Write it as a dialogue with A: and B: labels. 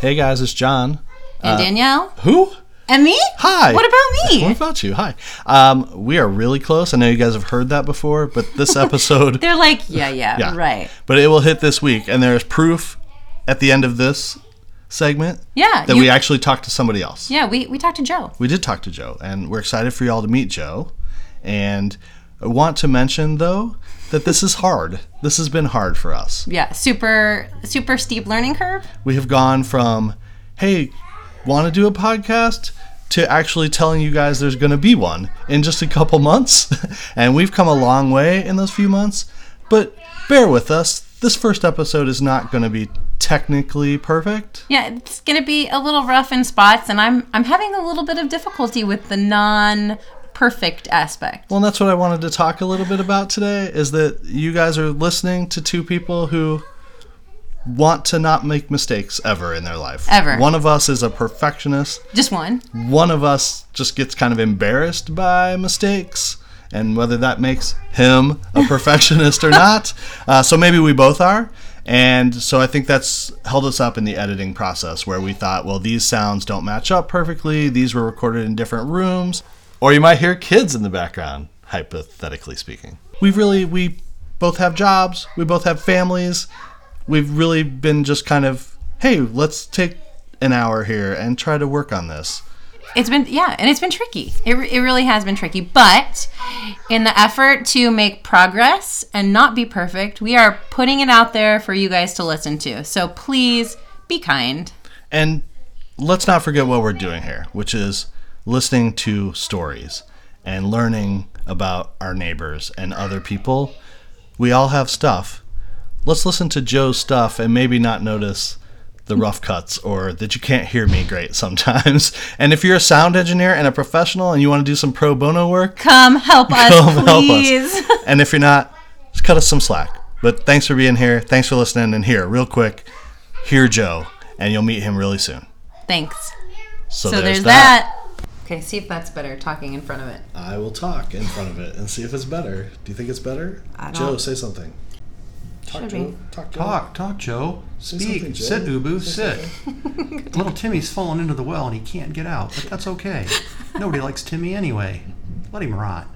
A: Hey guys, it's John.
B: And Danielle?
A: Who?
B: And me?
A: Uh, Hi.
B: What about me?
A: What about you? Hi. Um, we are really close. I know you guys have heard that before, but this episode,
B: They're like, yeah, yeah,
A: Yeah.
B: right.
A: but it will hit this week, and there's proof at the end of this segment
B: Yeah.
A: that
B: you-
A: we actually talked to somebody else.
B: yeah, we, we talked to Joe.
A: we did talk to Joe, and we're excited for y'all to meet Joe. And I want to mention though that this is hard. This has been hard for us.
B: Yeah, super, super steep learning curve.
A: We have gone from, hey, want to do a podcast, to actually telling you guys there's going to be one in just a couple months. and we've come a long way in those few months. But bear with us. This first episode is not going to be technically perfect.
B: Yeah, it's gonna be a little rough in spots, and I'm I'm having a little bit of difficulty with the non perfect aspect.
A: Well, and that's what I wanted to talk a little bit about today is that you guys are listening to two people who want to not make mistakes ever in their life.
B: Ever.
A: One of us is a perfectionist.
B: Just one.
A: One of us just gets kind of embarrassed by mistakes. And whether that makes him a perfectionist or not. Uh, so maybe we both are. And so I think that's held us up in the editing process where we thought, well, these sounds don't match up perfectly. These were recorded in different rooms or you might hear kids in the background hypothetically speaking we really we both have jobs we both have families we've really been just kind of hey let's take an hour here and try to work on this
B: It's been yeah, and it's been tricky. It, re- it really has been tricky, but in the effort to make progress and not be perfect, we are putting it out there for you guys to listen to. So please be kind.
A: and let's not forget what we're doing here which is listening to stories and learning about our neighbors and other people we all have stuff let's listen to joe's stuff and maybe not notice the rough cuts or that you can't hear me great sometimes. And if you're a sound engineer and a professional and you want to do some pro bono work,
B: Come help us,
A: come help
B: please.
A: us. And if you're not, just cut us some slack. But thanks for being here. Thanks for listening. And here, real quick, hear Joe, and you'll meet him really soon.
B: Thanks.
A: So,
B: So there's, that. Okay, see if that's better talking in front of it.
A: I will talk in front of it and see if it's better. Do you think it's better?
B: I don't- Joe,
A: say something. Talk,
B: Should Joe. be.
A: Talk,
C: Talk, talk, Joe.
A: something,
C: Speak.
A: Joe.
C: Sit, Ubu. Sit. Little Timmy's fallen into the well and he can't get out, but that's okay. Nobody likes Timmy anyway. Let him rot.